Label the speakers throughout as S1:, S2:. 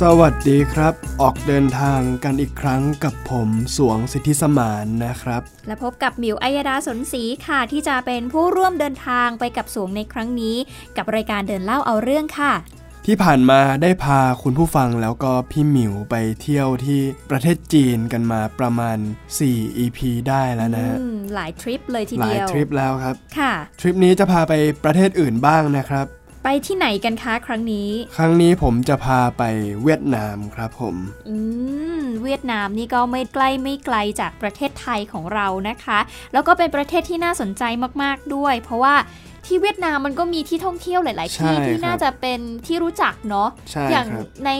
S1: สวัสดีครับ ออกเดินทางกันอีกครั้งกับผมสวงสิทธิสมานนะครับ
S2: และพบกับหมิวอัยดาสนศรีค่ะ ที่จะเป็นผู้ร่วมเดินทางไปกับสวงในครั้งนี้ กับรายการเดินเล่าเอาเรื่องค่ะ
S1: ที่ผ่านมาได้พาคุณผู้ฟังแล้วก็พี่หมิวไปเที่ยวที่ประเทศจีนกันมาประมาณ 4 EP ได้แล้วนะฮะ
S2: อืมหลายทริปเลยที
S1: หลา
S2: เดี
S1: ย
S2: ยว
S1: ทริปแล้วครับ
S2: ค่ะ
S1: ทริปนี้จะพาไปประเทศอื่นบ้างนะครับ
S2: ไปที่ไหนกันคะครั้งนี้
S1: ครั้งนี้ผมจะพาไปเวียดนามครับผม
S2: อืมเวียดนามนี่ก็ไม่ใกล้ไม่ไกลจากประเทศไทยของเรานะคะ แล้วก็เป็นประเทศที่น่าสนใจมากๆด้วย เพราะว่าที่เวียดนามมันก็มีที่ท่องเที่ยวหลาย ๆ ที่
S1: ใช่ค
S2: ที่
S1: รับ
S2: น่าจะเป็นที่รู้จักเนาะ
S1: ใช่
S2: อย่าง
S1: ครับ
S2: ใน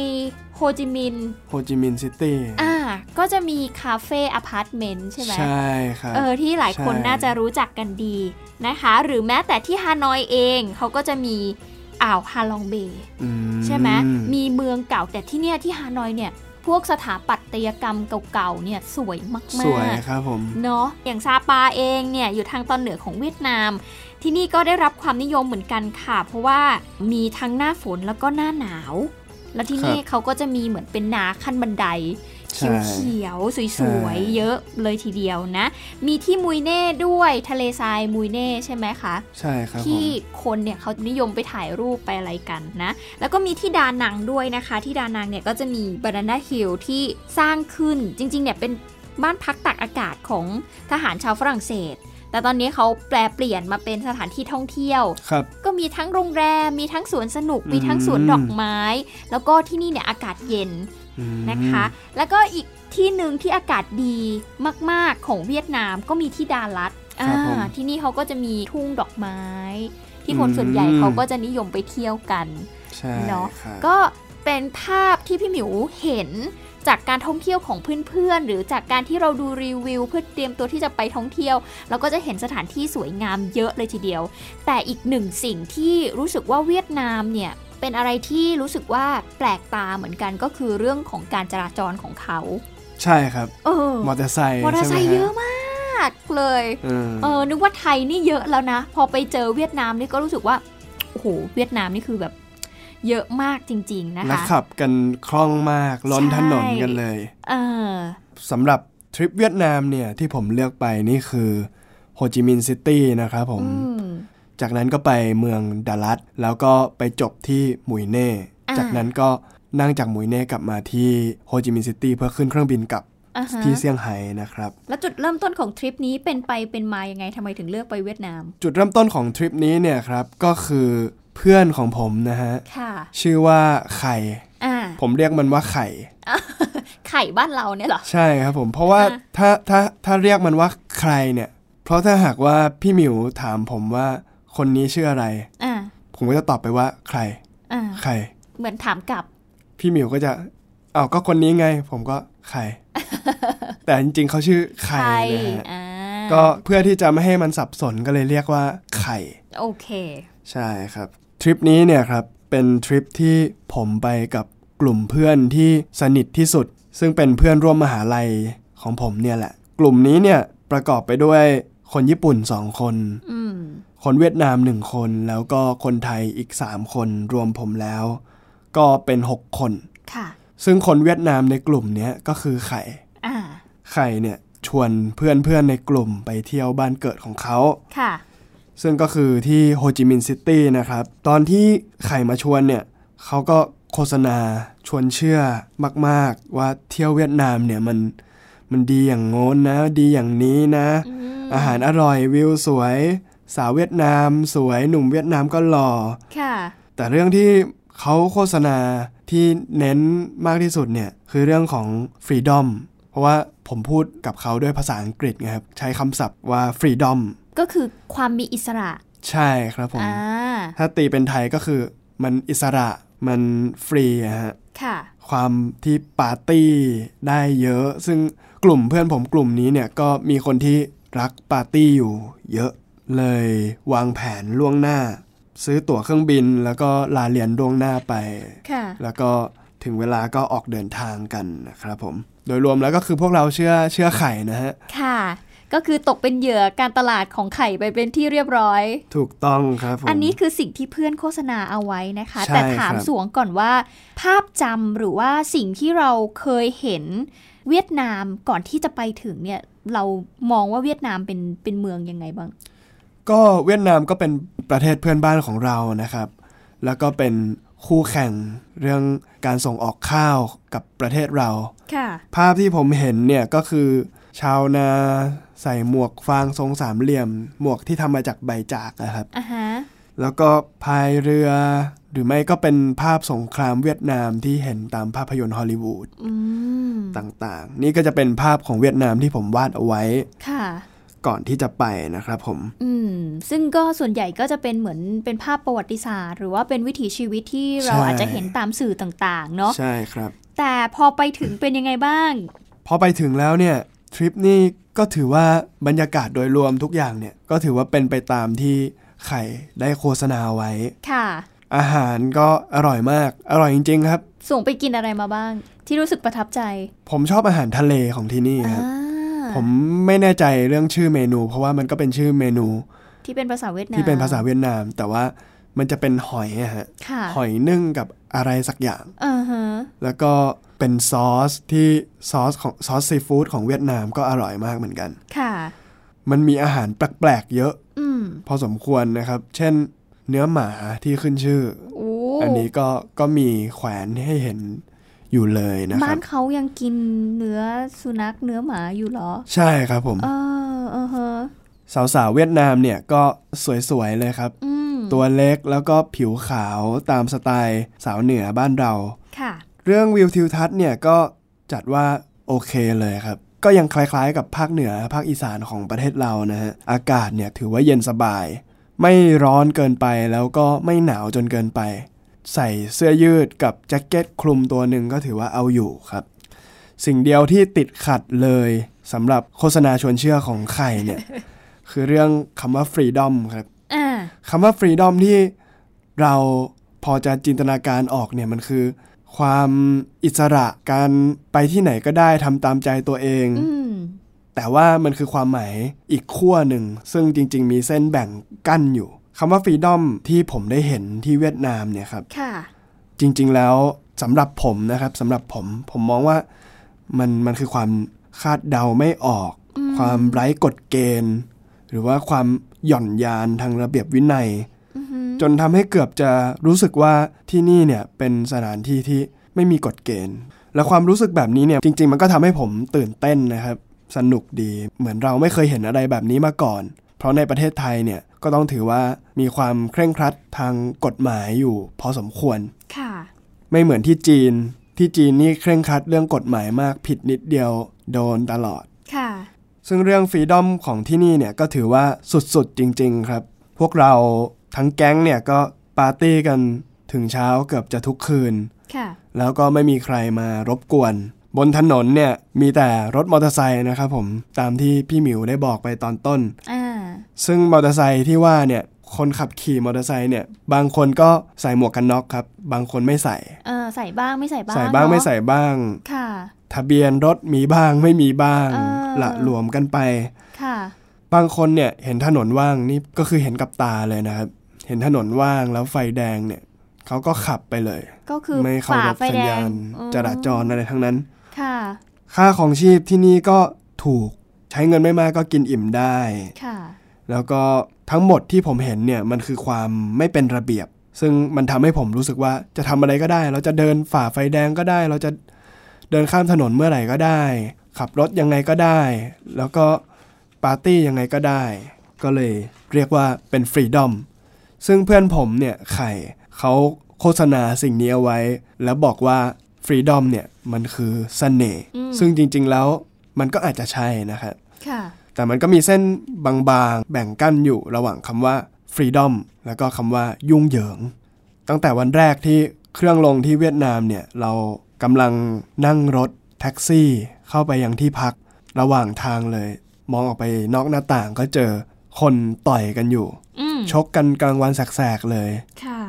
S2: โฮจิมินห์
S1: โฮจิมินห์ซิตี้
S2: อ่าก็จะมีคาเฟ่อพาร์ตเมนต์ใช่ไหม
S1: ใช่ครับ
S2: เออที่หลายคน
S1: ใช่
S2: น่าจะรู้จักกันดีนะคะ หรือแม้แต่ที่ฮานอยเองเขาก็จะมีอ่าวฮาลองเบย์
S1: ม
S2: ใช่ไหมมีเมืองเก่าแต่ที่เนี่ยที่ฮานอยเนี่ย พวกสถาปัตยกรรมเก่าๆเนี่ยสวยมากๆ
S1: สวยครับผม
S2: เนาะอย่างซาปาเองเนี่ยอยู่ทางตอนเหนือของเวียดนาม ที่นี่ก็ได้รับความนิยมเหมือนกันค่ะ เพราะว่ามีทั้งหน้าฝนแล้วก็หน้าหนาว แล้วที่นี่
S1: ครับ
S2: เขาก็จะมีเหมือนเป็นนาขั้นบันได
S1: ใช่
S2: เขียวๆส
S1: ใช่
S2: วยๆเยอะเลยทีเดียวนะ มีที่มุยเน่ด้วยทะเลทรายมุยเน่ใช่ไหมคะ
S1: ใช่ครับผม
S2: ที่คนเนี่ยเขานิยมไปถ่ายรูปไปอะไรกันนะ แล้วก็มีที่ดานังด้วยนะคะ ที่ดานังเนี่ยก็จะมีบานาน่าฮิลที่สร้างขึ้นจริงๆเนี่ยเป็นบ้านพักตากอากาศของทหารชาวฝรั่งเศส แต่ตอนนี้เขาแปลเปลี่ยนมาเป็นสถานที่ท่องเที่ยว
S1: ครับ
S2: ก็มีทั้งโรงแรม มีทั้งสวนสนุก มีทั้งสวนดอกไม้ แล้วก็ที่นี่เนี่ยอากาศเย็น
S1: อืม
S2: นะคะ แล้วก็อีกที่หนึ่งที่อากาศดีมาก ๆ ของเวียดนามก็มีที่ดาลัดอ่า
S1: ครับผม
S2: ที่นี่เขาก็จะมีทุ่งดอกไม้ ที่
S1: อืม
S2: คนส่วนใหญ่เขาก็จะนิยมไปเที่ยวกัน
S1: ใช่
S2: เนอะ
S1: ครับ
S2: ก็เป็นภาพที่พี่หมิวเห็นจากการท่องเที่ยวของเพื่อนๆ หรือจากการที่เราดูรีวิวเพื่อเตรียมตัวที่จะไปท่องเที่ยว เราก็จะเห็นสถานที่สวยงามเยอะเลยทีเดียว แต่อีกหนึ่งสิ่งที่รู้สึกว่าเวียดนามเนี่ยเป็นอะไรที่รู้สึกว่าแปลกตาเหมือนกันก็คือเรื่องของการจราจรของเขา
S1: ใช่ครับ
S2: เออ
S1: มอเตอร์ไซค์
S2: มอเตอร์ไซค์
S1: ใช่หฮ
S2: เยอะมากเลย
S1: เออ
S2: เออนึกว่าไทยนี่เยอะแล้วนะ พอไปเจอเวียดนามนี่ก็รู้สึกว่าโอ้โหเวียดนามนี่คือแบบ เยอะมากจริง ๆ นะ
S1: และ
S2: คะ
S1: ขับกันคล่องมากล้น
S2: ใช่
S1: ถนนกันเลย
S2: เออ
S1: สำหรับทริปเวียดนามเนี่ยที่ผมเลือกไปนี่คือโฮจิมินห์ซิตี้นะครับผม
S2: อืม
S1: จากนั้นก็ไปเมืองดาลัดแล้วก็ไปจบที่หมุยเน่
S2: อ่า
S1: จากนั้นก็นั่งจากหมุยเน่กลับมาที่โฮจิมินห์ซิตี้เพื่อขึ้นเครื่องบินกลับ
S2: อ่าฮะ
S1: ที่เซี่ยงไฮ้นะครับ
S2: แล้วจุดเริ่มต้นของทริปนี้เป็นไปเป็นมายังไงทำไมถึงเลือกไปเวียดนาม
S1: จุดเริ่มต้นของทริปนี้เนี่ยครับก็คือเพื่อนของผมนะฮะ
S2: ค่ะ
S1: ชื่อว่าไข่
S2: อ่า
S1: ผมเรียกมันว่าไข่
S2: ไข่บ้านเราเนี่ยเหรอ
S1: ใช่ครับผม เพราะว่า
S2: อ่ะ
S1: ถ้าถ้าถ้าเรียกมันว่าใครเนี่ย เพราะถ้าหากว่าพี่หมิวถามผมว่าคนนี้ชื่ออะไร
S2: อ่า
S1: ผมก็จะตอบไปว่าใคร
S2: อ่า
S1: ใคร
S2: เหมือนถามกลับ
S1: พี่หมิวก็จะอ้าวก็คนนี้ไง ผมก็ใค ร แต่จริงๆเขาชื่อไข่
S2: ไข่
S1: นะฮะ
S2: อ่า
S1: ก็เพื่อที่จะไม่ให้มันสับสนก็เลยเรียกว่าไข่
S2: โอเค
S1: ใช่ครับทริปนี้เนี่ยครับเป็นทริปที่ผมไปกับกลุ่มเพื่อนที่สนิทที่สุด ซึ่งเป็นเพื่อนร่วมมหาลัยของผมเนี่ยแหละ กลุ่มนี้เนี่ยประกอบไปด้วยคนญี่ปุ่น 2 คน
S2: อืม
S1: คนเวียดนาม 1 คน แล้วก็คนไทยอีก 3 คนรวมผมแล้ว ก็เป็น 6 คน
S2: ค่ะ
S1: ซึ่งคนเวียดนามในกลุ่มเนี้ยก็คือไข่
S2: อ่า
S1: ไข่เนี่ยชวนเพื่อนๆในกลุ่มไปเที่ยวบ้านเกิดของเขา
S2: ค่ะ
S1: ซึ่งก็คือที่โฮจิมินห์ซิตี้นะครับ ตอนที่ไข่มาชวนเนี่ยเขาก็โฆษณาชวนเชื่อมาก ๆ ว่าเที่ยวเวียดนามเนี่ยมันมันดีอย่างโน้นนะ ดีอย่างนี้นะ
S2: อืม
S1: อาหารอร่อยวิวสวย สาวเวียดนามสวยหนุ่มเวียดนามก็หล่อ
S2: ค่ะ
S1: แต่เรื่องที่เขาโฆษณาที่เน้นมากที่สุดเนี่ยคือเรื่องของฟรีดอมเพราะว่าผมพูดกับเขาด้วยภาษาอังกฤษไงครับใช้คำศัพท์ว่าฟรีดอม
S2: ก็คือความมีอิสระ
S1: ใช่ครับผม
S2: อ่า
S1: ถ้าตีเป็นไทยก็คือมันอิสระมันฟรีอะฮะ
S2: ค่ะ
S1: ความที่ปาร์ตี้ได้เยอะ ซึ่ง กลุ่มเพื่อนผมกลุ่มนี้เนี่ยก็มีคนที่รักปาร์ตี้อยู่เยอะเลยวางแผนล่วงหน้า ซื้อตั๋วเครื่องบินแล้วก็ลาเรียนล่วงหน้าไป
S2: ค่ะ
S1: แล้วก็ถึงเวลาก็ออกเดินทางกันนะครับผม โดยรวมแล้วก็คือพวกเราเชื่อเชื่อไข่นะฮะ
S2: ค่ะ ก็คือตกเป็นเหยื่อการตลาดของไข่ไปเป็นที่เรียบร้อย
S1: ถูกต้องครับผม
S2: อันนี้คือสิ่งที่เพื่อนโฆษณาเอาไว้นะคะ
S1: ใช่
S2: แต่ถาม
S1: ครับ
S2: สวงก่อนว่า ภาพจำหรือว่าสิ่งที่เราเคยเห็นเวียดนามก่อนที่จะไปถึงเนี่ย เรามองว่าเวียดนามเป็นเป็นเมืองยังไงบ้าง
S1: ก็เวียดนามก็เป็นประเทศเพื่อนบ้านของเรานะครับ แล้วก็เป็นคู่แข่งเรื่องการส่งออกข้าวกับประเทศเรา
S2: ค่ะ
S1: ภาพที่ผมเห็นเนี่ยก็คือ ชาวนาใส่หมวกฟางทรงสามเหลี่ยม หมวกที่ทำมาจากใบจากนะครับ
S2: อ่ะฮะ
S1: แล้วก็พายเรือ หรือไม่ก็เป็นภาพสงครามเวียดนามที่เห็นตามภาพยนตร์ฮอลลีวูด
S2: อืม
S1: ต่างๆ นี่ก็จะเป็นภาพของเวียดนามที่ผมวาดเอาไว้
S2: ค่ะ
S1: ก่อนที่จะไปนะครับผม
S2: อืม ซึ่งก็ส่วนใหญ่ก็จะเป็นเหมือนเป็นภาพประวัติศาสตร์ หรือว่าเป็นวิถีชีวิตที่เรา
S1: ใช่
S2: อาจจะเห็นตามสื่อต่างๆ เนาะ
S1: ใช่ครับ
S2: แต่พอไปถึงเป็นยังไงบ้าง
S1: พอไปถึงแล้วเนี่ยทริปนี่ก็ถือว่าบรรยากาศโดยรวมทุกอย่างเนี่ยก็ถือว่าเป็นไปตามที่ไข่ได้โฆษณาไว้
S2: ค่ะ
S1: อาหารก็อร่อยมาก อร่อยจริงๆครับ
S2: ส่งไปกินอะไรมาบ้าง ที่รู้สึกประทับใจ
S1: ผมชอบอาหารทะเลของที่นี่ครับ
S2: อ่า
S1: ผมไม่แน่ใจเรื่องชื่อเมนู เพราะว่ามันก็เป็นชื่อเมนู
S2: ที่เป็นภาษาเวียดนาม
S1: ที่เป็นภาษาเวียดนาม แต่ว่ามันจะเป็นหอยอะฮะ
S2: ค่ะ
S1: หอยนึ่งกับอะไรสักอย่าง
S2: อ่าฮะ
S1: แล้วก็เป็นซอสที่ซอสของซอสซีฟู้ดของเวียดนามก็อร่อยมากเหมือนกัน
S2: ค่ะ
S1: มันมีอาหารแปลกๆเยอะ
S2: อืม
S1: พอสมควรนะครับ เช่น เนื้อหมาที่ขึ้นชื่อ
S2: โอ้
S1: อันนี้ก็ ก็มีแขวนให้เห็นอยู่เลยนะค
S2: บ้า
S1: รับ
S2: นเขายังกินเนื้อสุนัขเนื้อหมาอยู่เหรอ
S1: ใช่ครับผม
S2: เออเออฮะ
S1: สาวๆเวียดนามเนี่ยก็สวยๆเลยครับ
S2: อืม
S1: ตัวเล็กแล้วก็ผิวขาวตามสไตล์สาวเหนือบ้านเรา
S2: ค่ะ
S1: เรื่องวิวทิวทัศน์เนี่ยก็จัดว่าโอเคเลยครับ ก็ยังคล้ายๆกับภาคเหนือภาคอีสานของประเทศเรานะฮะ อากาศเนี่ยถือว่าเย็นสบาย ไม่ร้อนเกินไปแล้วก็ไม่หนาวจนเกินไป ใส่เสื้อยืดกับแจ็คเก็ตคลุมตัวหนึ่งก็ถือว่าเอาอยู่ครับ สิ่งเดียวที่ติดขัดเลยสำหรับโฆษณาชวนเชื่อของไข่เนี่ย คือเรื่องคำว่าฟรีดอมครับ
S2: อ่า
S1: คำว่าฟรีดอมที่เราพอจะจินตนาการออกเนี่ยมันคือ ความอิสระการไปที่ไหนก็ได้ทำตามใจตัวเอง
S2: อืม
S1: แต่ว่ามันคือความหมายอีกขั้วหนึ่ง ซึ่งจริง ๆ มีเส้นแบ่งกั้นอยู่คำว่าฟรีดอมที่ผมได้เห็นที่เวียดนามเนี่ยครับ
S2: ค่ะ
S1: จริง ๆ แล้วสำหรับผมนะครับสำหรับผมผมมองว่ามันมันคือความคาดเดาไม่ออก ความไร้กฎเกณฑ์ หรือว่าความหย่อนยานทางระเบียบวินัย
S2: อือฮึ
S1: จนทำให้เกือบจะรู้สึกว่าที่นี่เนี่ยเป็นสถานที่ที่ไม่มีกฎเกณฑ์ และความรู้สึกแบบนี้เนี่ยจริง ๆ มันก็ทำให้ผมตื่นเต้นนะครับ สนุกดีเหมือนเราไม่เคยเห็นอะไรแบบนี้มาก่อน เพราะในประเทศไทยเนี่ยก็ต้องถือว่ามีความเคร่งครัดทางกฎหมายอยู่พอสมควร
S2: ค่ะ
S1: ไม่เหมือนที่จีน ที่จีนนี่เคร่งครัดเรื่องกฎหมายมากผิดนิดเดียวโดนตลอด
S2: ค่ะ
S1: ซึ่งเรื่องฟรีดอมของที่นี่เนี่ยก็ถือว่าสุดๆ จริง ๆ ครับ พวกเราทั้งแก๊งเนี่ยก็ปาร์ตี้กันถึงเช้าเกือบจะทุกคืน
S2: ค่ะ
S1: แล้วก็ไม่มีใครมารบกวน บนถนนเนี่ยมีแต่รถมอเตอร์ไซค์นะครับผมตามที่พี่หมิวได้บอกไปตอนต้น
S2: อ่า
S1: ซึ่งมอเตอร์ไซค์ที่ว่าเนี่ยคนขับขี่มอเตอร์ไซค์เนี่ยบางคนก็ใส่หมวกกันน็อกครับ บางคนไม่ใส่
S2: เออใส่บ้างไม่ใส่บ้าง
S1: ใส่บ้าง
S2: เนอะ
S1: ไม่ใส่บ้าง
S2: ค่ะ
S1: ทะเบียนรถมีบ้างไม่มีบ้าง
S2: เออ
S1: ละหลวมกันไป
S2: ค่ะ
S1: บางคนเนี่ยเห็นถนนว่างนี่ก็คือเห็นกับตาเลยนะครับ เห็นถนนว่างแล้วไฟแดงเนี่ยเขาก็ขับไปเลย
S2: ก็คือ
S1: ไม่เคา
S2: ฝ่าร
S1: พ
S2: ไฟ
S1: สัญ
S2: แด
S1: ญาง ณ
S2: อืม
S1: จราจรอะไรทั้งนั้น
S2: ค่ะ
S1: ค่าของชีพที่นี่ก็ถูกใช้เงินไม่มากก็กินอิ่มได้
S2: ค่ะ
S1: แล้วก็ทั้งหมดที่ผมเห็นเนี่ยมันคือความไม่เป็นระเบียบ ซึ่งมันทำให้ผมรู้สึกว่าจะทำอะไรก็ได้ เราจะเดินฝ่าไฟแดงก็ได้ เราจะเดินข้ามถนนเมื่อไหร่ก็ได้ ขับรถยังไงก็ได้ แล้วก็ปาร์ตี้ยังไงก็ได้ ก็เลยเรียกว่าเป็นฟรีดอมซึ่งเพื่อนผมเนี่ยไข่เขาโฆษณาสิ่งนี้เอาไว้ แล้วบอกว่าฟรีดอมเนี่ยมันคือเสน่ห์
S2: อืม
S1: ซึ่งจริง ๆ แล้วมันก็อาจจะใช่นะครับ
S2: ค่ะ
S1: แต่มันก็มีเส้นบางๆ แบ่งกั้นอยู่ระหว่างคำว่า freedom แล้วก็คำว่ายุ่งเหยิง ตั้งแต่วันแรกที่เครื่องลงที่เวียดนามเนี่ย เรากำลังนั่งรถแท็กซี่เข้าไปยังที่พัก ระหว่างทางเลย มองออกไปนอกหน้าต่างก็เจอคนต่อยกันอยู่
S2: อืม
S1: ชกกันกลางวันแสกๆเลย
S2: ค่ะ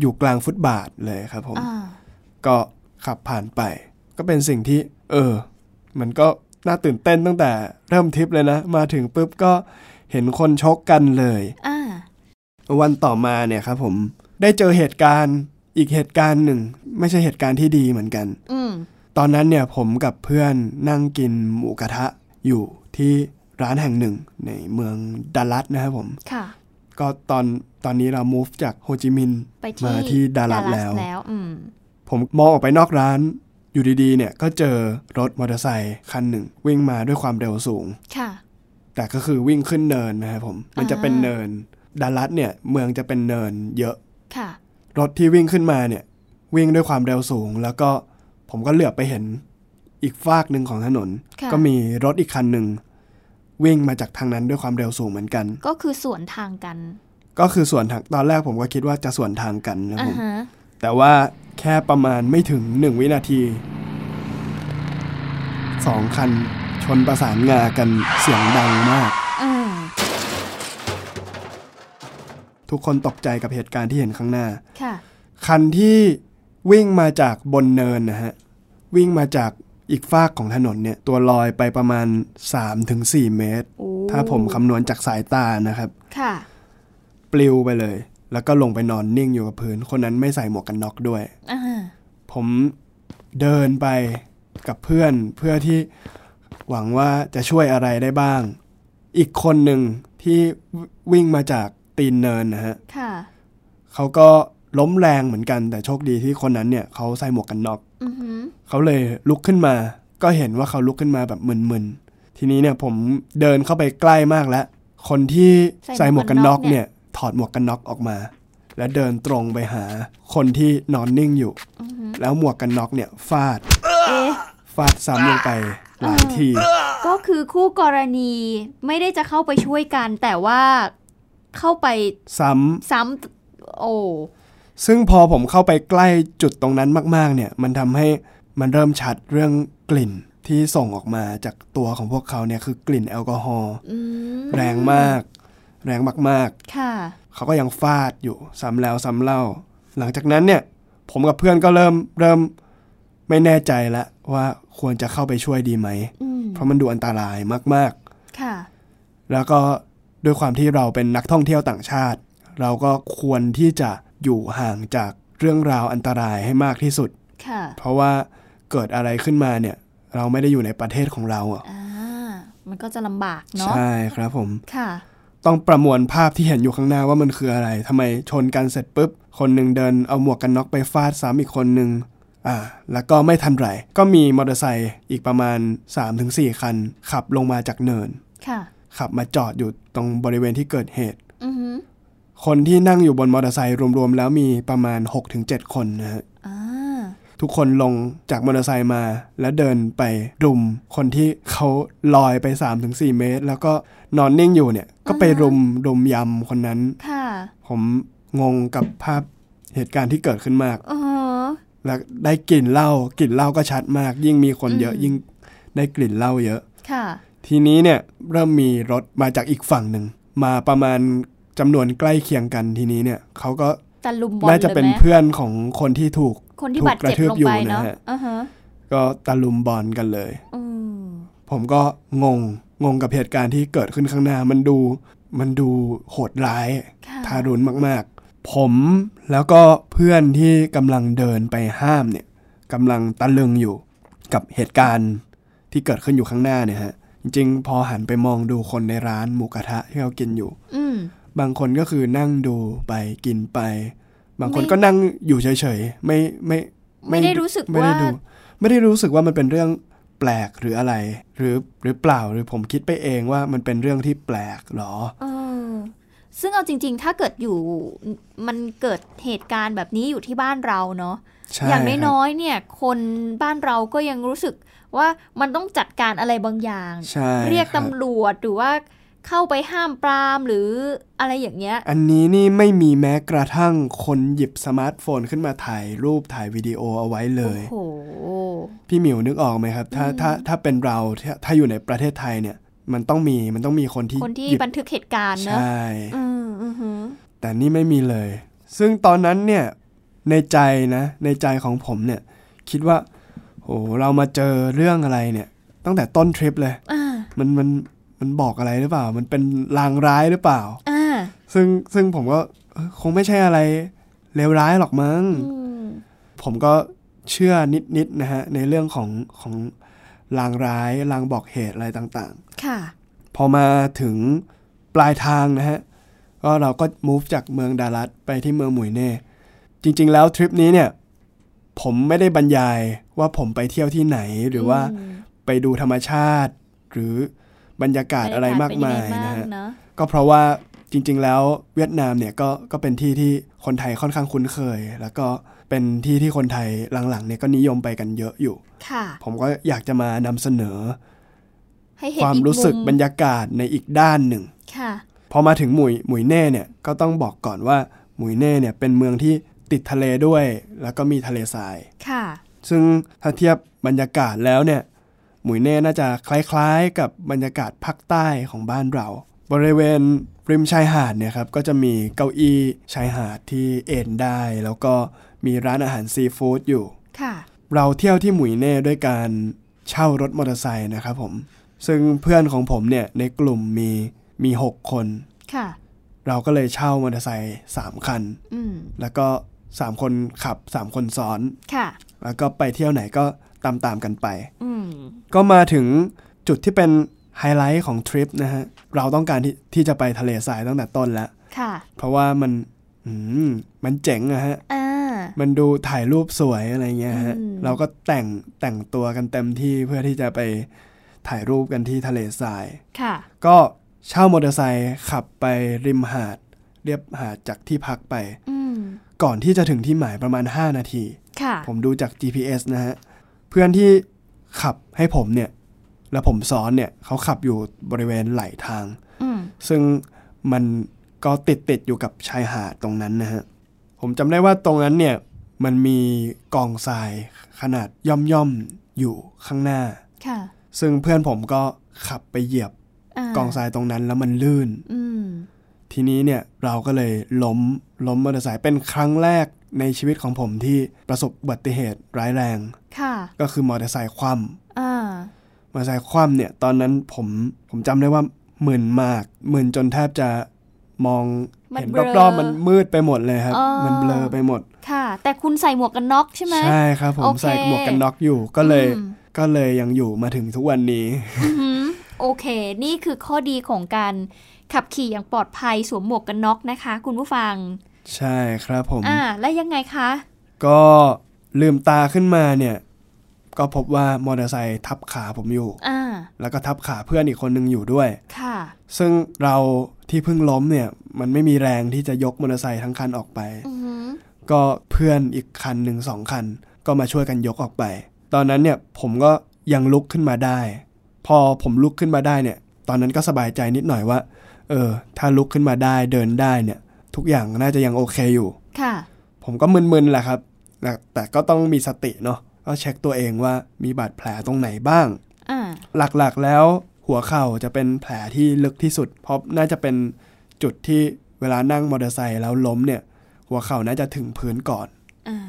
S1: อยู่กลางฟุตบาทเลยครับผม
S2: อ่า
S1: ก็ขับผ่านไป ก็เป็นสิ่งที่ เออ มันก็น่าตื่นเต้นตั้งแต่เริ่มทริปเลยนะ มาถึงปุ๊บก็เห็นคนชกกันเลย
S2: อ่า
S1: วันต่อมาเนี่ยครับผมได้เจอเหตุการณ์อีกเหตุการณ์หนึ่ง ไม่ใช่เหตุการณ์ที่ดีเหมือนกัน
S2: อืม
S1: ตอนนั้นเนี่ยผมกับเพื่อนนั่งกินหมูกระทะอยู่ที่ร้านแห่งหนึ่งในเมืองดัลลัสนะครับผม
S2: ค่ะ
S1: ก็ตอนตอนนี้เรา move จากโฮจิมินห์
S2: ไป
S1: มา
S2: ที่
S1: ที่ดารัสแล้ว
S2: แล้ว อืม
S1: ผมมองออกไปนอกร้าน อยู่ดีๆ เนี่ยก็เจอรถมอเตอร์ไซค์คันหนึ่ง วิ่งมาด้วยความเร็วสูง
S2: ค่ะ
S1: แต่ก็คือวิ่งขึ้นเนินนะครับผม มันจะเป็น
S2: อ่า
S1: เนินดัลลัสเนี่ยเมืองจะเป็นเนินเยอะ
S2: ค่ะ
S1: รถที่วิ่งขึ้นมาเนี่ย วิ่งด้วยความเร็วสูง แล้วก็ผมก็เหลือบไปเห็นอีกฟากหนึ่งของถนน
S2: ค่ะ
S1: ก็มีรถอีกคันหนึ่งวิ่งมาจากทางนั้นด้วยความเร็วสูงเหมือนกัน
S2: ก็คือสวนทางกัน
S1: ก็คือส่วนทางตอนแรกผมก็คิดว่าจะส่วนทางกันนะ
S2: อ่า
S1: ผม
S2: ฮะ
S1: แต่ว่าแค่ประมาณไม่ถึงหนึ่งวินาทีสองคันชนประสานงากันเสียงดังมาก
S2: อืม
S1: ทุกคนตกใจกับเหตุการณ์ที่เห็นข้างหน้า
S2: ค่ะ
S1: คันที่วิ่งมาจากบนเนินนะฮะ วิ่งมาจากอีกฟากของถนนเนี่ย ตัวลอยไปประมาณ 3-4 เมตร
S2: โอ้
S1: ถ้าผมคำนวณจากสายตานะครับ
S2: ค่ะ
S1: ปลิวไปเลย แล้วก็ลงไปนอนนิ่งอยู่กับพื้น คนนั้นไม่ใส่หมวกกันน็อกด้วย
S2: อ่า
S1: ผมเดินไปกับเพื่อนเพื่อที่หวังว่าจะช่วยอะไรได้บ้าง อีกคนหนึ่งที่วิ่งมาจากตีนเนินนะฮะ
S2: ค่ะ
S1: เขาก็ล้มแรงเหมือนกันแต่โชคดีที่คนนั้นเนี่ยเขาใส่หมวกกันน็อก
S2: อือหือ
S1: เขาเลยลุกขึ้นมา ก็เห็นว่าเขาลุกขึ้นมาแบบมึนๆทีนี้เนี่ยผมเดินเข้าไปใกล้มากแล้ว คนที่ใส่หมวกกันน็อกเนี่ย ถอดหมวกกันน็อกออกมา และเดินตรงไปหา คนที่นอนนิ่งอยู่
S2: อือหือ
S1: แล้วหมวกกันน็อกเนี่ยฟาด
S2: เอ๊ะ
S1: ฟาดซ้ำลงไปหลายที
S2: ก็คือคู่กรณีไม่ได้จะเข้าไปช่วยกัน แต่ว่าเข้าไป
S1: ซ้
S2: ซ้ำโอ้
S1: ำซึ่งพอผมเข้าไปใกล้จุดตรงนั้นมากๆ เนี่ย มันทำให้มันเริ่มชัดเรื่องกลิ่นที่ส่งออกมาจากตัวของพวกเขาเนี่ยคือกลิ่นแอลกอฮอล์
S2: อืม
S1: แรงมาก แรงมาก
S2: ค่ะ
S1: ๆ เขาก็ยังฟาดอยู่ซ้ำแล้วซ้ำเล่า หลังจากนั้นเนี่ย ผมกับเพื่อนก็เริ่มเริ่มไม่แน่ใจละว่าควรจะเข้าไปช่วยดีไหม
S2: อืม
S1: เพราะมันดูอันตรายมาก
S2: ค่ะ
S1: ๆ แล้วก็ด้วยความที่เราเป็นนักท่องเที่ยวต่างชาติ เราก็ควรที่จะอยู่ห่างจากเรื่องราวอันตรายให้มากที่สุด
S2: ค่ะ
S1: เพราะว่าเกิดอะไรขึ้นมาเนี่ย เราไม่ได้อยู่ในประเทศของเราอ่ะ
S2: อ่ามันก็จะลำบากเนาะ
S1: ใช่ครับผม
S2: ค่ะ
S1: ต้องประมวลภาพที่เห็นอยู่ข้างหน้าว่ามันคืออะไรทำไมชนกันเสร็จปุ๊บ คนหนึ่งเดินเอาหมวกกันน็อกไปฟาดซ้ำอีกคนหนึ่งอ่า แล้วก็ไม่ทันไรก็มีมอเตอร์ไซค์อีกประมาณ 3-4 คัน ขับลงมาจากเนิน
S2: ค่ะ
S1: ขับมาจอดอยู่ตรงบริเวณที่เกิดเหตุ
S2: อือหือ
S1: คนที่นั่งอยู่บนมอเตอร์ไซค์รวมๆแล้วมีประมาณ 6-7 คนนะฮะ
S2: อ่า
S1: ทุกคนลงจากมอเตอร์ไซค์มา แล้วเดินไปรุม คนที่เขาลอยไป 3-4 เมตร แล้วก็นอนนิ่งอยู่เนี่ยก็ไปรุมรุมยำคนนั้น
S2: ค่ะ
S1: ผมงงกับภาพเหตุการณ์ที่เกิดขึ้นมาก
S2: เออหือ
S1: และได้กลิ่นเหล้ากลิ่นเหล้าก็ชัดมาก ยิ่งมีคนเยอะ
S2: อืม
S1: ยิ่งได้กลิ่นเหล้าเยอะ
S2: ค่ะ
S1: ทีนี้เนี่ยเริ่มมีรถมาจากอีกฝั่งหนึ่ง มาประมาณจำนวนใกล้เคียงกันทีนี้เนี่ยเขาก็
S2: ตะลุมบอล
S1: น่าจะ
S2: เลย
S1: เป็น
S2: ไหม
S1: เพื่อนของคนที่ถูก
S2: คนที่
S1: ถูก
S2: บาด
S1: ก
S2: เจ็บ
S1: ระทืบ
S2: ลง
S1: อยู่
S2: ไป
S1: นะ
S2: เนาะ
S1: ฮะ
S2: อือฮะ
S1: ก็ตะลุมบอลกันเลย
S2: อืม
S1: ผมก็งงงงกับเหตุการณ์ที่เกิดขึ้นข้างหน้า มันดูมันดูโหดร้าย
S2: ค่ะ
S1: ทารุณมากๆ ผมแล้วก็เพื่อนที่กำลังเดินไปห้ามเนี่ยกำลังตะลึงอยู่กับเหตุการณ์ที่เกิดขึ้นอยู่ข้างหน้าเนี่ยฮะ จริงๆ พอหันไปมองดูคนในร้านหมูกระทะที่เรากินอยู่
S2: อืม
S1: บางคนก็คือนั่งดูไปกินไป บางคน
S2: ไม่
S1: ก็นั่งอยู่เฉยๆ ไม่ไม่
S2: ไม่ได้รู้สึก
S1: ไม่
S2: ว่า
S1: ได้ดูไม่ได้รู้สึกว่ามันเป็นเรื่องแปลกหรืออะไร หรือหรือเปล่าหรือผมคิดไปเองว่ามันเป็นเรื่องที่แปลกหรอ
S2: เออซึ่งเอาจริง ๆ ถ้าเกิดอยู่มันเกิดเหตุการณ์แบบนี้อยู่ที่บ้านเราเนาะ
S1: ใช่
S2: อย่าง
S1: ครับ
S2: น้อยๆ เนี่ย คนบ้านเราก็ยังรู้สึกว่ามันต้องจัดการอะไรบางอย่าง
S1: ใช่
S2: เรียก
S1: คบ
S2: ตำรวจหรือว่าเข้าไปห้ามปรามหรืออะไรอย่างเงี้ย
S1: อันนี้นี่ไม่มีแม้กระทั่งคนหยิบสมาร์ทโฟนขึ้นมาถ่ายรูปถ่ายวิดีโอเอาไว้เล
S2: โอ้
S1: ย
S2: โห
S1: พี่หมิวนึกออกไหมครับ ถ้าถ้าถ้าเป็นเราถ้าถ้าอยู่ในประเทศไทยเนี่ย มันต้องมีมันต้องมีคนที่
S2: คนที่
S1: หยิบ
S2: บันทึกเหตุการณ์เนอะ
S1: ใช่
S2: อืมอือหือ
S1: แต่นี่ไม่มีเลย ซึ่งตอนนั้นเนี่ยในใจนะ ในใจของผมเนี่ย คิดว่าโหเรามาเจอเรื่องอะไรเนี่ย ตั้งแต่ต้นทริปเลย
S2: อ่า
S1: มันมันมันบอกอะไรหรือเปล่า มันเป็นลางร้ายหรือเปล่า
S2: อ่า
S1: ซึ่งซึ่งผมก็เอ้ยคงไม่ใช่อะไรเลวร้ายหรอกมั้ง
S2: อืม
S1: ผมก็เชื่อนิดๆนะฮะ ในเรื่องของของลางร้ายลางบอกเหตุอะไรต่าง
S2: ค่ะ
S1: ๆ พอมาถึงปลายทางนะฮะ ก็เราก็ move จากเมืองดาลัสไปที่เมืองหมุยเน่ จริง ๆ แล้วทริปนี้เนี่ย ผมไม่ได้บรรยายว่าผมไปเที่ยวที่ไหนหรือว่าไปดูธรรมชาติ หรือบรรยากาศอะไรมากมายนะฮะ
S2: เนอ
S1: ก็เพราะว่าจริง ๆ แล้วเวียดนามเนี่ยก็ก็เป็นที่ที่คนไทยค่อนข้างคุ้นเคย แล้วก็เป็นที่ที่คนไทยหลังๆเนี่ยก็นิยมไปกันเยอะอยู่
S2: ค่ะ
S1: ผมก็อยากจะมานำเสนอ
S2: ให้เห็น
S1: ความ
S2: อีก
S1: รู้สึกบรร
S2: มุม
S1: ยากาศในอีกด้านหนึ่ง
S2: ค่ะ
S1: พอมาถึงหมุยหมุยเน่เนี่ยก็ต้องบอกก่อนว่าหมุยเน่เนี่ยเป็นเมืองที่ติดทะเลด้วย แล้วก็มีทะเลทราย
S2: ค่ะ
S1: ซึ่งถ้าเทียบบรรยากาศแล้วเนี่ย หมุยเน่น่าจะคล้ายๆกับบรรยากาศภาคใต้ของบ้านเรา บริเวณริมชายหาดเนี่ยครับก็จะมีเก้าอี้ชายหาดที่เอนได้ แล้วก็มีร้านอาหารซีฟู้ดอยู่
S2: ค่ะ
S1: เราเที่ยวที่หมุยเน่ด้วยการเช่ารถมอเตอร์ไซค์นะครับผม ซึ่งเพื่อนของผมเนี่ยในกลุ่มมีมี 6 คน
S2: ค่ะ
S1: เราก็เลยเช่ามอเตอร์ไซค์3คัน
S2: อืม
S1: แล้วก็ 3 คนขับ 3 คนซ้อน
S2: ค่ะ
S1: แล้วก็ไปเที่ยวไหนก็ตามตามๆกันไป
S2: อืม
S1: ก็มาถึงจุดที่เป็นไฮไลท์ของทริปนะฮะ เราต้องการที่ที่จะไปทะเลทรายตั้งแต่ต้นแล้ว
S2: ค่ะ
S1: เพราะว่ามันอืมมันเจ๋งอะฮะ
S2: อ่า
S1: มันดูถ่ายรูปสวยอะไรเงี้ยฮะ
S2: อืม
S1: เราก็แต่งแต่งตัวกันเต็มที่เพื่อที่จะไปถ่ายรูปกันที่ทะเลทราย
S2: ค่ะ
S1: ก็เช่ามอเตอร์ไซค์ขับไปริมหาด เรียบหาดจากที่พักไป
S2: อืม
S1: ก่อนที่จะถึงที่หมายประมาณ 5 นาที
S2: ค่ะ
S1: ผมดูจาก GPS นะฮะ เพื่อนที่ขับให้ผมเนี่ย แล้วผมซ้อนเนี่ยเขาขับอยู่บริเวณไหลทาง
S2: อืม
S1: ซึ่งมันก็ติดติดๆอยู่กับชายหาดตรงนั้นนะฮะ ผมจำได้ว่าตรงนั้นเนี่ย มันมีกองทรายขนาดย่อมย่อมๆอยู่ข้างหน้า
S2: ค่ะ
S1: ซึ่งเพื่อนผมก็ขับไปเหยียบ
S2: อ่าก
S1: องทรายตรงนั้นแล้วมันลื่น
S2: อืม
S1: ทีนี้เนี่ยเราก็เลยล้มล้มมอเตอร์ไซค์เป็นครั้งแรกในชีวิตของผมที่ประสบอุบัติเหตุร้ายแรง
S2: ค่ะ
S1: ก็คือมอเตอร์ไซค์คว่ำ
S2: อ่า
S1: มอเตอร์ไซค์คว่ำเนี่ยตอนนั้นผมผมจำได้ว่ามึนมากมึนจนแทบจะมอง
S2: มัน
S1: เห็น
S2: เบลอ
S1: รอบๆมันมืดไปหมดเลยครับ
S2: อ๋อ
S1: มันเบลอไปหมด
S2: ค่ะ แต่คุณใส่หมวกกันน็อกใช่ไหม
S1: ใช่ครับผม
S2: โอเค
S1: ใส่หมวกกันน็อกอยู่ก็เลย
S2: อืม
S1: ก็เลยยังอยู่มาถึงทุกวันนี้
S2: อื้อหือโอเค นี่คือข้อดีของการขับขี่อย่างปลอดภัยสวมหมวกกันน็อกนะคะ คุณผู้ฟัง
S1: ใช่ครับผม
S2: อ่า และยังไงคะ
S1: ก็ลืมตาขึ้นมาเนี่ย ก็พบว่ามอเตอร์ไซค์ทับขาผมอยู่
S2: อ่า
S1: แล้วก็ทับขาเพื่อนอีกคนหนึ่งอยู่ด้วย
S2: ค่ะ
S1: ซึ่งเราที่เพิ่งล้มเนี่ย มันไม่มีแรงที่จะยกมอเตอร์ไซค์ทั้งคันออกไป
S2: อือหือ
S1: ก็เพื่อนอีกคันหนึ่งสองคัน ก็มาช่วยกันยกออกไป ตอนนั้นเนี่ยผมก็ยังลุกขึ้นมาได้ พอผมลุกขึ้นมาได้เนี่ย ตอนนั้นก็สบายใจนิดหน่อยว่า เออ ถ้าลุกขึ้นมาได้เดินได้เนี่ย ทุกอย่างน่าจะยังโอเคอยู่
S2: ค่ะ
S1: ผมก็มึนๆแหละครับแต่แต่ก็ต้องมีสติเนาะก็เช็คตัวเองว่ามีบาดแผลตรงไหนบ้าง
S2: อ่า
S1: หลักๆแล้วหัวเข่าจะเป็นแผลที่ลึกที่สุด เพราะน่าจะเป็นจุดที่เวลานั่งมอเตอร์ไซค์แล้วล้มเนี่ย หัวเข่าน่าจะถึงพื้นก่อน
S2: อ่า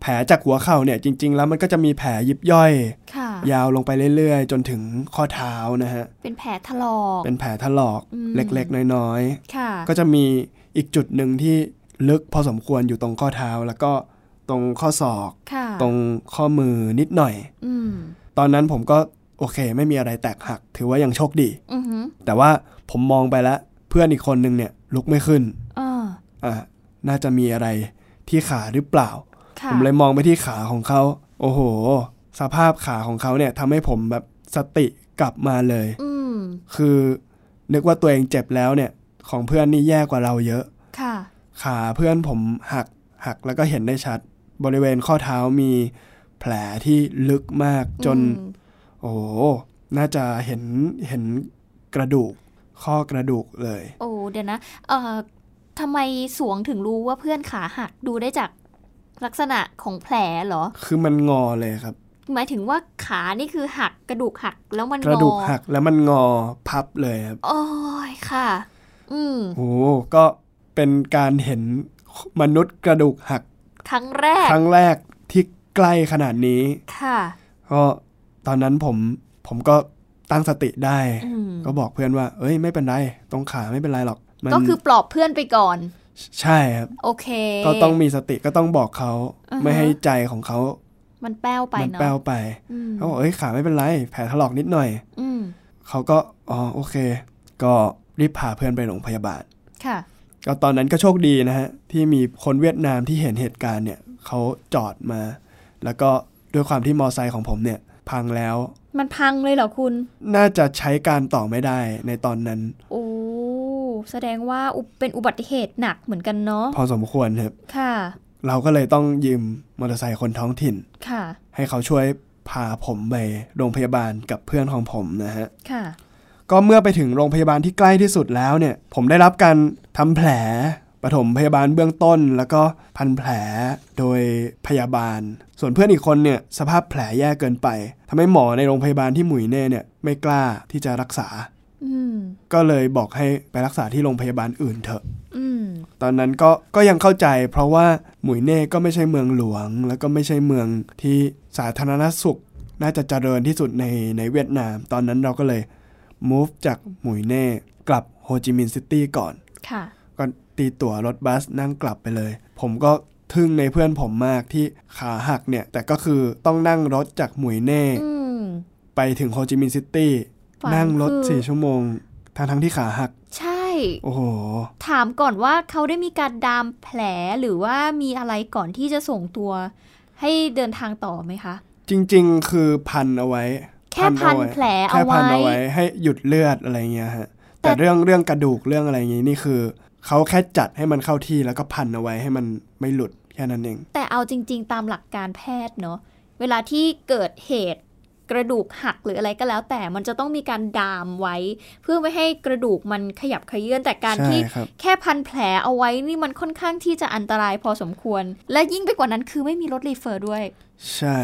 S1: แผลจากหัวเข่าเนี่ยจริง ๆ แล้วมันก็จะมีแผลยิบย่อย
S2: ค่ะ
S1: ยาวลงไปเรื่อยๆ จนถึงข้อเท้านะฮะ
S2: เป็นแผลถลอก
S1: เป็นแผลถลอก
S2: อืม
S1: เล็กๆ น้อย
S2: ค่ะ
S1: ๆ ก็จะมีอีกจุดหนึ่งที่ลึกพอสมควรอยู่ตรงข้อเท้า แล้วก็ตรงข้อศอก
S2: ค่ะ
S1: ตรงข้อมือนิดหน่อย
S2: อืม
S1: ตอนนั้นผมก็โอเค ไม่มีอะไรแตกหัก ถือว่ายังโชคดี
S2: อือหือ
S1: แต่ว่าผมมองไปแล้วเพื่อนอีกคนนึงเนี่ยลุกไม่ขึ้น
S2: อ่า
S1: อ่ะน่าจะมีอะไรที่ขาหรือเปล่า
S2: ค่ะ
S1: ผมเลยมองไปที่ขาของเขา โอ้โห สภาพขาของเขาเนี่ยทำให้ผมแบบสติกลับมาเลย
S2: อืม
S1: คือนึกว่าตัวเองเจ็บแล้วเนี่ย ของเพื่อนนี่แย่กว่าเราเยอะ
S2: ค่ะ
S1: ขาเพื่อนผมหักหักแล้วก็เห็นได้ชัด บริเวณข้อเท้ามีแผลที่ลึกมากจน
S2: อืม
S1: โอ้โหน่าจะเห็นเห็นกระดูก ข้อกระดูกเลย
S2: โอ้ เดี๋ยวนะ เอ่อทำไมสวงถึงรู้ว่าเพื่อนขาหักดูได้จากลักษณะของแผลเหรอ
S1: คือมันงอเลยครับ
S2: หมายถึงว่าขานี่คือหักกระดูกหักแล้วมัน
S1: กระ
S2: ง
S1: ดูก
S2: อ
S1: หักแล้วมันงอพับเลยครับ
S2: โอ้ยค่ะ อืม
S1: โอ้โหก็เป็นการเห็นมนุษย์กระดูกหัก
S2: ครั้งแรก
S1: ครั้งแรกที่ใกล้ขนาดนี้
S2: ค่ะ
S1: ก็ตอนนั้นผมผมก็ตั้งสติได้
S2: อืม
S1: ก็บอกเพื่อนว่า เอ้ยไม่เป็นไรตรงขาไม่เป็นไรหรอกมัน
S2: ก็คือปลอบเพื่อนไปก่อน
S1: ใช่ครับ
S2: โอเค
S1: ก็ต้องมีสติก็ต้องบอกเขา
S2: อือฮะ
S1: ไม่ให้ใจของเขา
S2: มันแป้วไป
S1: มั
S2: เนาะ
S1: แป้วไป
S2: อืม
S1: เขาบอกเอ้ยขาไม่เป็นไร แผลถลอกนิดหน่อย
S2: อืม
S1: เขาก็อ๋อโอเค ก็รีบพาเพื่อนไปโรงพยาบาล
S2: ค่ะ
S1: ก็ตอนนั้นก็โชคดีนะฮะ ที่มีคนเวียดนามที่เห็นเหตุการณ์เนี่ยเขาจอดมา แล้วก็ด้วยความที่มอไซค์ของผมเนี่ย พังแล้ว
S2: มันพังเลยเหรอคุณ
S1: น่าจะใช้การต่อไม่ได้ในตอนนั้น
S2: โอ้แสดงว่าอุบเป็นอุบัติเหตุหนักเหมือนกันเนาะ
S1: พอสมควรครับ
S2: ค่ะ
S1: เราก็เลยต้องยืมมอเตอร์ไซค์คนท้องถิ่น
S2: ค่ะ
S1: ให้เขาช่วยพาผมไปโรงพยาบาลกับเพื่อนของผมนะฮะ
S2: ค่ะ
S1: ก็เมื่อไปถึงโรงพยาบาลที่ใกล้ที่สุดแล้วเนี่ย ผมได้รับการทำแผลปฐมพยาบาลเบื้องต้น แล้วก็พันแผลโดยพยาบาล ส่วนเพื่อนอีกคนเนี่ยสภาพแผลแย่เกินไปทำให้หมอในโรงพยาบาลที่หมุยเน่เนี่ยไม่กล้าที่จะรักษา
S2: อืม
S1: ก็เลยบอกให้ไปรักษาที่โรงพยาบาลอื่นเถอะ
S2: อืม
S1: ตอนนั้นก็ก็ยังเข้าใจ เพราะว่าหมุยเน่ก็ไม่ใช่เมืองหลวง แล้วก็ไม่ใช่เมืองที่สาธารณสุข น่าจะเจริญที่สุดในในเวียดนาม ตอนนั้นเราก็เลย move จากหมุยเน่กลับโฮจิมินห์ซิตี้ก่อน
S2: ค่ะ
S1: ก็ตีตั๋วรถบัสนั่งกลับไปเลย ผมก็ทึ่งในเพื่อนผมมากที่ขาหักเนี่ย แต่ก็คือต้องนั่งรถจากหมุยเน่
S2: อืม
S1: ไปถึงโฮจิมินห์ซิตี้
S2: ฝัน
S1: นั่งรถ
S2: คือ
S1: สี่ชั่วโมงทั้งทั้งๆที่ขาหัก
S2: ใช่
S1: โอ้โห
S2: ถามก่อนว่าเขาได้มีการดามแผลหรือว่ามีอะไรก่อนที่จะส่งตัว ให้เดินทางต่อไหมคะ
S1: จริงๆ คือพันเอาไว้
S2: แค่พันแผล
S1: แค่
S2: เอาไว้
S1: พันเอาไว้ให้หยุดเลือดอะไรเงี้ยฮะ
S2: แต่
S1: แต่เรื่องเรื่องกระดูกเรื่องอะไรอย่างงี้นี่คือเขาแค่จัดให้มันเข้าที่แล้วก็พันเอาไว้ให้มันไม่หลุดแค่นั้นเอง
S2: แต่เอาจริง ๆ ตามหลักการแพทย์เนาะเวลาที่เกิดเหตุกระดูกหักหรืออะไรก็แล้ว แต่มันจะต้องมีการดามไว้ เพื่อไม่ให้กระดูกมันขยับเขยื่นแต่การ
S1: ใช่
S2: ที่
S1: ครับ
S2: แค่พันแผลเอาไว้นี่มันค่อนข้างที่จะอันตรายพอสมควร และยิ่งไปกว่านั้นคือไม่มีรถรีเฟอร์ด้วย
S1: ใช่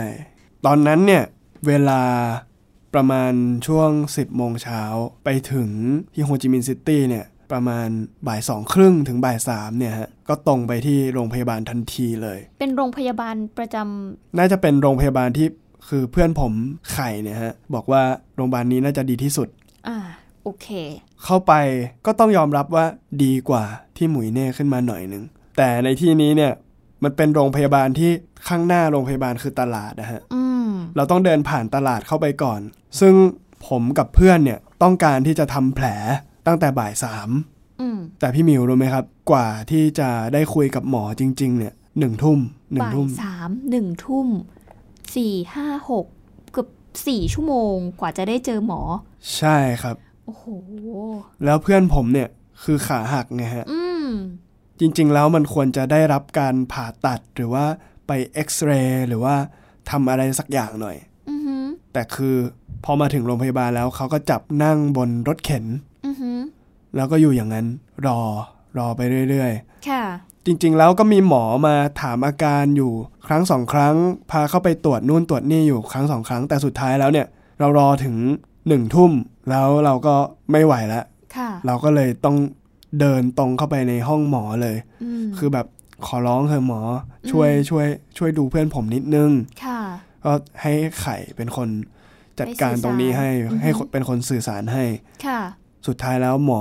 S1: ตอนนั้นเนี่ย เวลาประมาณช่วง 10โมงเช้าไปถึงที่โฮจิมินห์ซิตี้เนี่ย ประมาณบ่ายสองครึ่งถึงบ่ายสามเนี่ยฮะ ก็ตรงไปที่โรงพยาบาลทันทีเลย
S2: เป็นโรงพยาบาลประจำ
S1: น่าจะเป็นโรงพยาบาลที่คือเพื่อนผมไข่เนี่ยฮะ บอกว่าโรงพยาบาลนี้น่าจะดีที่สุด
S2: อ่าโอเค
S1: เข้าไปก็ต้องยอมรับว่าดีกว่าที่หมุยเน่ขึ้นมาหน่อยหนึง แต่ในที่นี้เนี่ยมันเป็นโรงพยาบาลที่ข้างหน้าโรงพยาบาลคือตลาดนะฮะ
S2: อืม
S1: เราต้องเดินผ่านตลาดเข้าไปก่อน ซึ่งผมกับเพื่อนเนี่ยต้องการที่จะทำแผลตั้งแต่บ่ายสาม
S2: อืม
S1: แต่พี่มิวรู้ไหมครับ กว่าที่จะได้คุยกับหมอจริง ๆ เนี่ยหนึ่งทุ่มหนึ่ง
S2: บ่าย
S1: ทุ่ม
S2: สามหนึ่งทุ่มสี่ห้าหกเกือบสี่ชั่วโมงกว่าจะได้เจอหมอ
S1: ใช่ครับ
S2: โอ้โห
S1: แล้วเพื่อนผมเนี่ยคือขาหักไงฮะ
S2: อืม
S1: จริงๆ แล้วมันควรจะได้รับการผ่าตัดหรือว่าไปเอ็กซเรย์หรือว่าทำอะไรสักอย่างหน่อย
S2: อือหือ
S1: แต่คือพอมาถึงโรงพยาบาลแล้วเขาก็จับนั่งบนรถเข็น
S2: อือหือ
S1: แล้วก็อยู่อย่างนั้นรอรอไปเรื่อย
S2: ค่ะ
S1: ๆ จริงๆ แล้วก็มีหมอมาถามอาการอยู่ครั้งสองครั้ง พาเข้าไปตรวจนู่นตรวจนี่อยู่ครั้งสองครั้งแต่สุดท้ายแล้วเนี่ย เรารอถึงหนึ่งทุ่มแล้วเราก็ไม่ไหวแล้ว
S2: ค่ะ
S1: เราก็เลยต้องเดินตรงเข้าไปในห้องหมอเลย
S2: อืม
S1: คือแบบขอร้องเธอะหมอช่วย
S2: อืม
S1: ช่วยช่วยดูเพื่อนผมนิดนึง
S2: ค่ะ
S1: ก็ให้ไข่เป็นคนจัดการ
S2: ไปสื่อสาร
S1: ตรงนี้ให้
S2: อือฮึ
S1: ให้คนเป็นคนสื่อสารให้
S2: ค่ะ
S1: สุดท้ายแล้วหมอ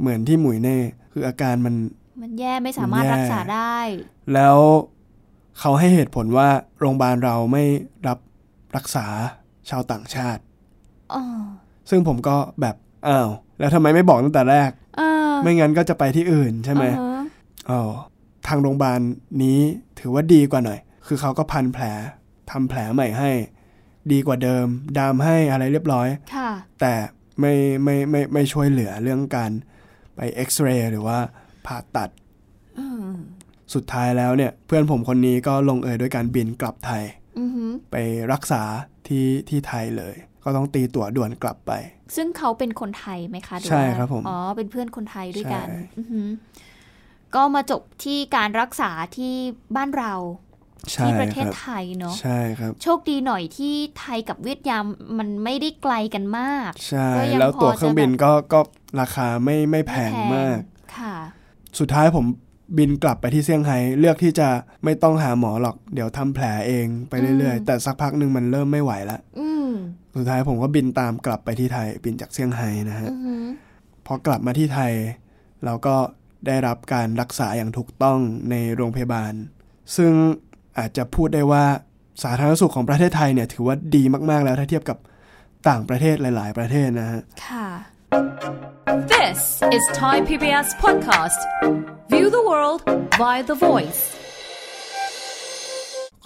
S1: เหมือนที่หมุยเน่คืออาการมัน
S2: มันแย่ไม่สามาร
S1: มั
S2: ถ
S1: นแย่
S2: รักษาได้
S1: แล้วเขาให้เหตุผลว่าโรงพยาบาลเราไม่รับรักษาชาวต่างชาติ
S2: อ๋อ
S1: ซึ่งผมก็แบบอ้าวแล้วทำไมไม่บอกตั้งแต่แรก
S2: เออ
S1: ไม่งั้นก็จะไปที่อื่นใช่ไหม
S2: อือฮะ
S1: อ๋อทางโรงพยาบาลนี้ถือว่าดีกว่าหน่อย คือเขาก็พันแผลทำแผลใหม่ให้ ดีกว่าเดิม ดามให้อะไรเรียบร้อย
S2: ค่ะ
S1: แต่ไม่ไม่ไมไม่ไม่ช่วยเหลือเรื่องการไปเอ็กซเรย์หรือว่าผ่าตัด
S2: อืม
S1: สุดท้ายแล้วเนี่ย เพื่อนผมคนนี้ก็ลงเอยด้วยการบินกลับไทย
S2: อือหือ
S1: ไปรักษาที่ที่ไทยเลย ก็ต้องตีตั๋วด่วนกลับไป
S2: ซึ่งเขาเป็นคนไทยไหมคะหอว่า
S1: ใช่ครับผม
S2: อ๋อ เป็นเพื่อนคนไทยด้วยกัน
S1: ใช่
S2: อือหือก็มาจบที่การรักษาที่บ้านเรา
S1: ใช่
S2: ที่ประเทศ
S1: ครับ
S2: ไทยเนาะ
S1: ใช่ครับ
S2: โชคดีหน่อยที่ไทยกับเวียดนามมันไม่ได้ไกลกันมาก
S1: ใช่
S2: ก็ยัง
S1: แล้วตั๋ว
S2: พอจะ
S1: เครื่องบินก็ก็ราคาไม่ไม่แพงมาก
S2: ค่ะ
S1: สุดท้ายผมบินกลับไปที่เซี่ยงไฮ้เลือกที่จะไม่ต้องหาหมอหรอก เดี๋ยวทำแผลเองไปเรื่อย
S2: อืม
S1: ๆ แต่สักพักหนึ่งมันเริ่มไม่ไหวละ
S2: อืม
S1: สุดท้ายผมก็บินตามกลับไปที่ไทย บินจากเซี่ยงไฮ้นะฮะ
S2: อือหือ
S1: พอกลับมาที่ไทย เราก็ได้รับการรักษาอย่างถูกต้องในโรงพยาบาล ซึ่งอาจจะพูดได้ว่าสาธารณสุขของประเทศไทยเนี่ยถือว่าดีมากๆแล้วถ้าเทียบกับต่างประเทศหลาย ๆ ประเทศนะฮะ
S2: ค่ะ
S3: This is Thai PBS Podcast. View the world via the voice.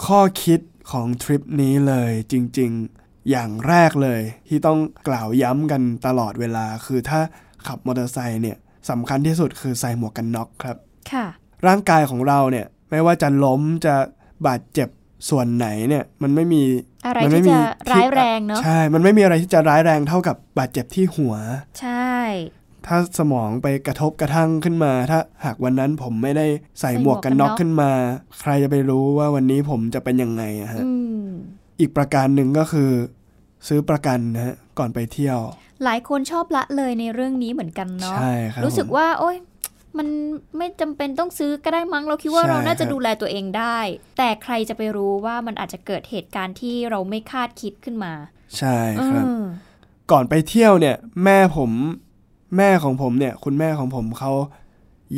S1: ข้อคิดของทริปนี้เลยจริงๆ อย่างแรกเลยที่ต้องกล่าวย้ำกันตลอดเวลา คือถ้าขับมอเตอร์ไซค์เนี่ยสำคัญที่สุดคือใส่หมวกกันน็อกครับ
S2: ค่ะ
S1: ร่างกายของเราเนี่ยไม่ว่าจะล้มจะบาดเจ็บส่วนไหนเนี่ยมันไม่มี
S2: อะไร
S1: มั
S2: ที่
S1: ม่มี
S2: จะร้ายแรงเนาะ
S1: ใช่ มันไม่มีอะไรที่จะร้ายแรงเท่ากับบาดเจ็บที่หัว
S2: ใช่
S1: ถ้าสมองไปกระทบกระทั่งขึ้นมา ถ้าหากวันนั้นผมไม่ได้ใส่
S2: ใส่ห
S1: ห
S2: ม
S1: ม
S2: ว
S1: ว
S2: ก
S1: ก
S2: กั
S1: กัน น
S2: น็
S1: น็
S2: อ
S1: อก กขึ้นมา ใครจะไปรู้ว่าวันนี้ผมจะเป็นยังไงอะฮะ
S2: อืม
S1: อีกประการหนึ่งก็คือซื้อประกันนะฮะก่อนไปเที่ยว
S2: หลายคนชอบละเลยในเรื่องนี้เหมือนกันเนาะ
S1: ใช่ครับ
S2: รู้สึกว่า โอ๊ยมันไม่จำเป็นต้องซื้อก็ได้มั้งเราคิดว่า
S1: ใช่
S2: เราน่าจะ
S1: ครับ
S2: ดูแลตัวเองได้ แต่ใครจะไปรู้ว่ามันอาจจะเกิดเหตุการณ์ที่เราไม่คาดคิดขึ้นมา
S1: ใช่ครับ
S2: เออ
S1: ก่อนไปเที่ยวเนี่ย แม่ผมแม่ของผมเนี่ย คุณแม่ของผมเขา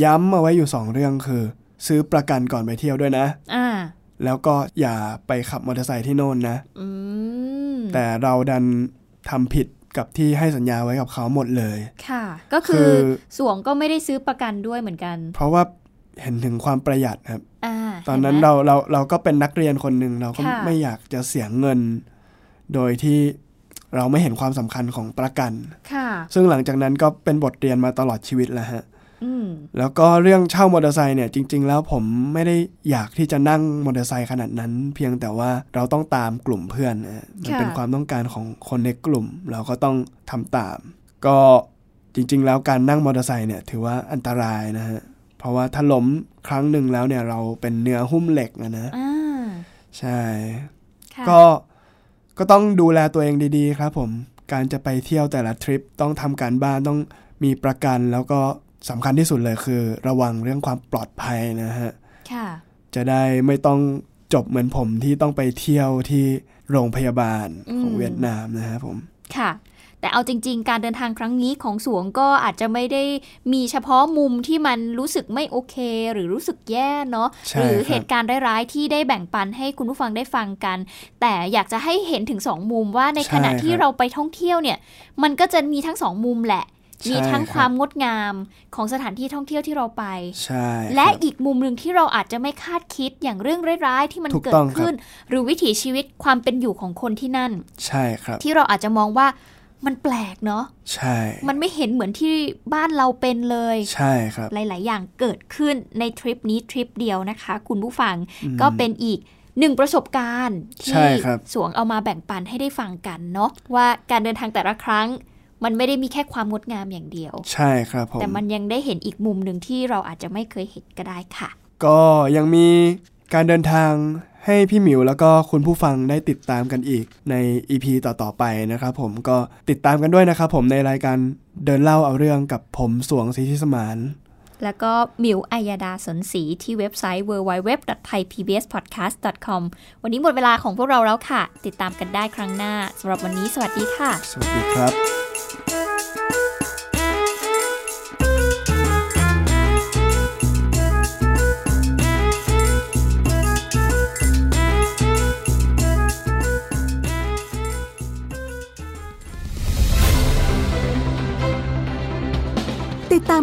S1: ย้ำมาไว้อยู่สองเรื่องคือ ซื้อประกันก่อนไปเที่ยวด้วยนะ
S2: อ่า
S1: แล้วก็อย่าไปขับมอเตอร์ไซค์ที่โน่นนะ
S2: อืม
S1: แต่เราดันทำผิดกับที่ให้สัญญาไว้กับเขาหมดเลย
S2: ค่ะ ก็คือ
S1: คือ
S2: สวงก็ไม่ได้ซื้อประกันด้วยเหมือนกัน
S1: เพราะว่าเห็นถึงความประหยัดครับ
S2: อ่า
S1: ตอนนั้น
S2: ห็ไหม
S1: เราเราเราก็เป็นนักเรียนคนหนึ่งเราก็
S2: ค่ะ
S1: ไม่อยากจะเสียเงิน โดยที่เราไม่เห็นความสำคัญของประกัน
S2: ค่ะ
S1: ซึ่งหลังจากนั้นก็เป็นบทเรียนมาตลอดชีวิตแล้วฮะ
S2: อืม
S1: แล้วก็เรื่องเช่ามอเตอร์ไซค์เนี่ยจริง ๆ แล้วผมไม่ได้อยากที่จะนั่งมอเตอร์ไซค์ขนาดนั้น เพียงแต่ว่าเราต้องตามกลุ่มเพื่อนนะฮะมันเป็นความต้องการของคนในกลุ่ม เราก็ต้องทำตาม ก็จริง ๆ แล้วการนั่งมอเตอร์ไซค์เนี่ยถือว่าอันตรายนะฮะเพราะว่าถ้าล้มครั้งหนึ่งแล้วเนี่ยเราเป็นเนื้อหุ้มเหล็กนะนะ
S2: อ่า
S1: ใช่
S2: ค่ะ
S1: ก็ ก็ต้องดูแลตัวเองดีๆ ครับผม การจะไปเที่ยวแต่ละทริปต้องทำการบ้านต้องมีประกัน แล้วก็สำคัญที่สุดเลยคือ ระวังเรื่องความปลอดภัยนะฮะ
S2: ค่ะ
S1: จะได้ไม่ต้องจบเหมือนผมที่ต้องไปเที่ยวที่โรงพยาบาลของ
S2: อืม
S1: เวียดนามนะฮะผม
S2: ค่ะ แต่เอาจริง ๆ การเดินทางครั้งนี้ของสวงก็อาจจะไม่ได้มีเฉพาะมุมที่มันรู้สึกไม่โอเค หรือรู้สึกแย่เนาะ
S1: ใช่
S2: หรื
S1: ค
S2: อ
S1: รับ
S2: เหตุการณ์ร้ายๆที่ได้แบ่งปันให้คุณผู้ฟังได้ฟังกัน แต่อยากจะให้เห็นถึงสองมุมว่าในขณะที่เราไปท่องเที่ยวเนี่ย มันก็จะมีทั้งสองมุมแหละ มีทั้งความงดงามของสถานที่ท่องเที่ยวที่เราไป
S1: ใช่ครับ
S2: และอีกมุมหนึ่งที่เราอาจจะไม่คาดคิดอย่างเรื่องร้ายๆที่มัน
S1: ถูก
S2: เกิ
S1: ต้
S2: ด
S1: องครับ
S2: ขึ้น หรือวิถีชีวิตความเป็นอยู่ของคนที่นั่น
S1: ใช่ครับ
S2: ที่เราอาจจะมองว่ามันแปลกเนาะ
S1: ใช่
S2: มันไม่เห็นเหมือนที่บ้านเราเป็นเลย
S1: ใช่ครับ
S2: หลาย ๆ อย่างเกิดขึ้นในทริปนี้ทริปเดียวนะคะ คุณผู้ฟังก็เป็นอีกหนึ่งประสบการณ์
S1: ใช่
S2: ที่
S1: ครับ
S2: สวงเอามาแบ่งปันให้ได้ฟังกันเนาะว่าการเดินทางแต่ละครั้ง มันไม่ได้มีแค่ความงดงามอย่างเดียว
S1: ใช่ครับผม
S2: แต่มันยังได้เห็นอีกมุมหนึ่งที่เราอาจจะไม่เคยเห็นก็ได้ค่ะ
S1: ก็ยังมีการเดินทางให้พี่หมิวแล้วก็คุณผู้ฟังได้ติดตามกันอีกใน EP ต่อ ๆ ไปนะครับผมก็ติดตามกันด้วยนะครับผมในรายการเดินเล่าเอาเรื่องกับผมสวงสิทธิสมาน
S2: แล้วก็มิวอัยดาสนศรีที่เว็บไซต์ www.thaipbspodcast.com วันนี้หมดเวลาของพวกเราแล้วค่ะ ติดตามกันได้ครั้งหน้าสำหรับวันนี้สวัสดีค่ะ
S1: สวัสดีครับ
S4: ติดตาม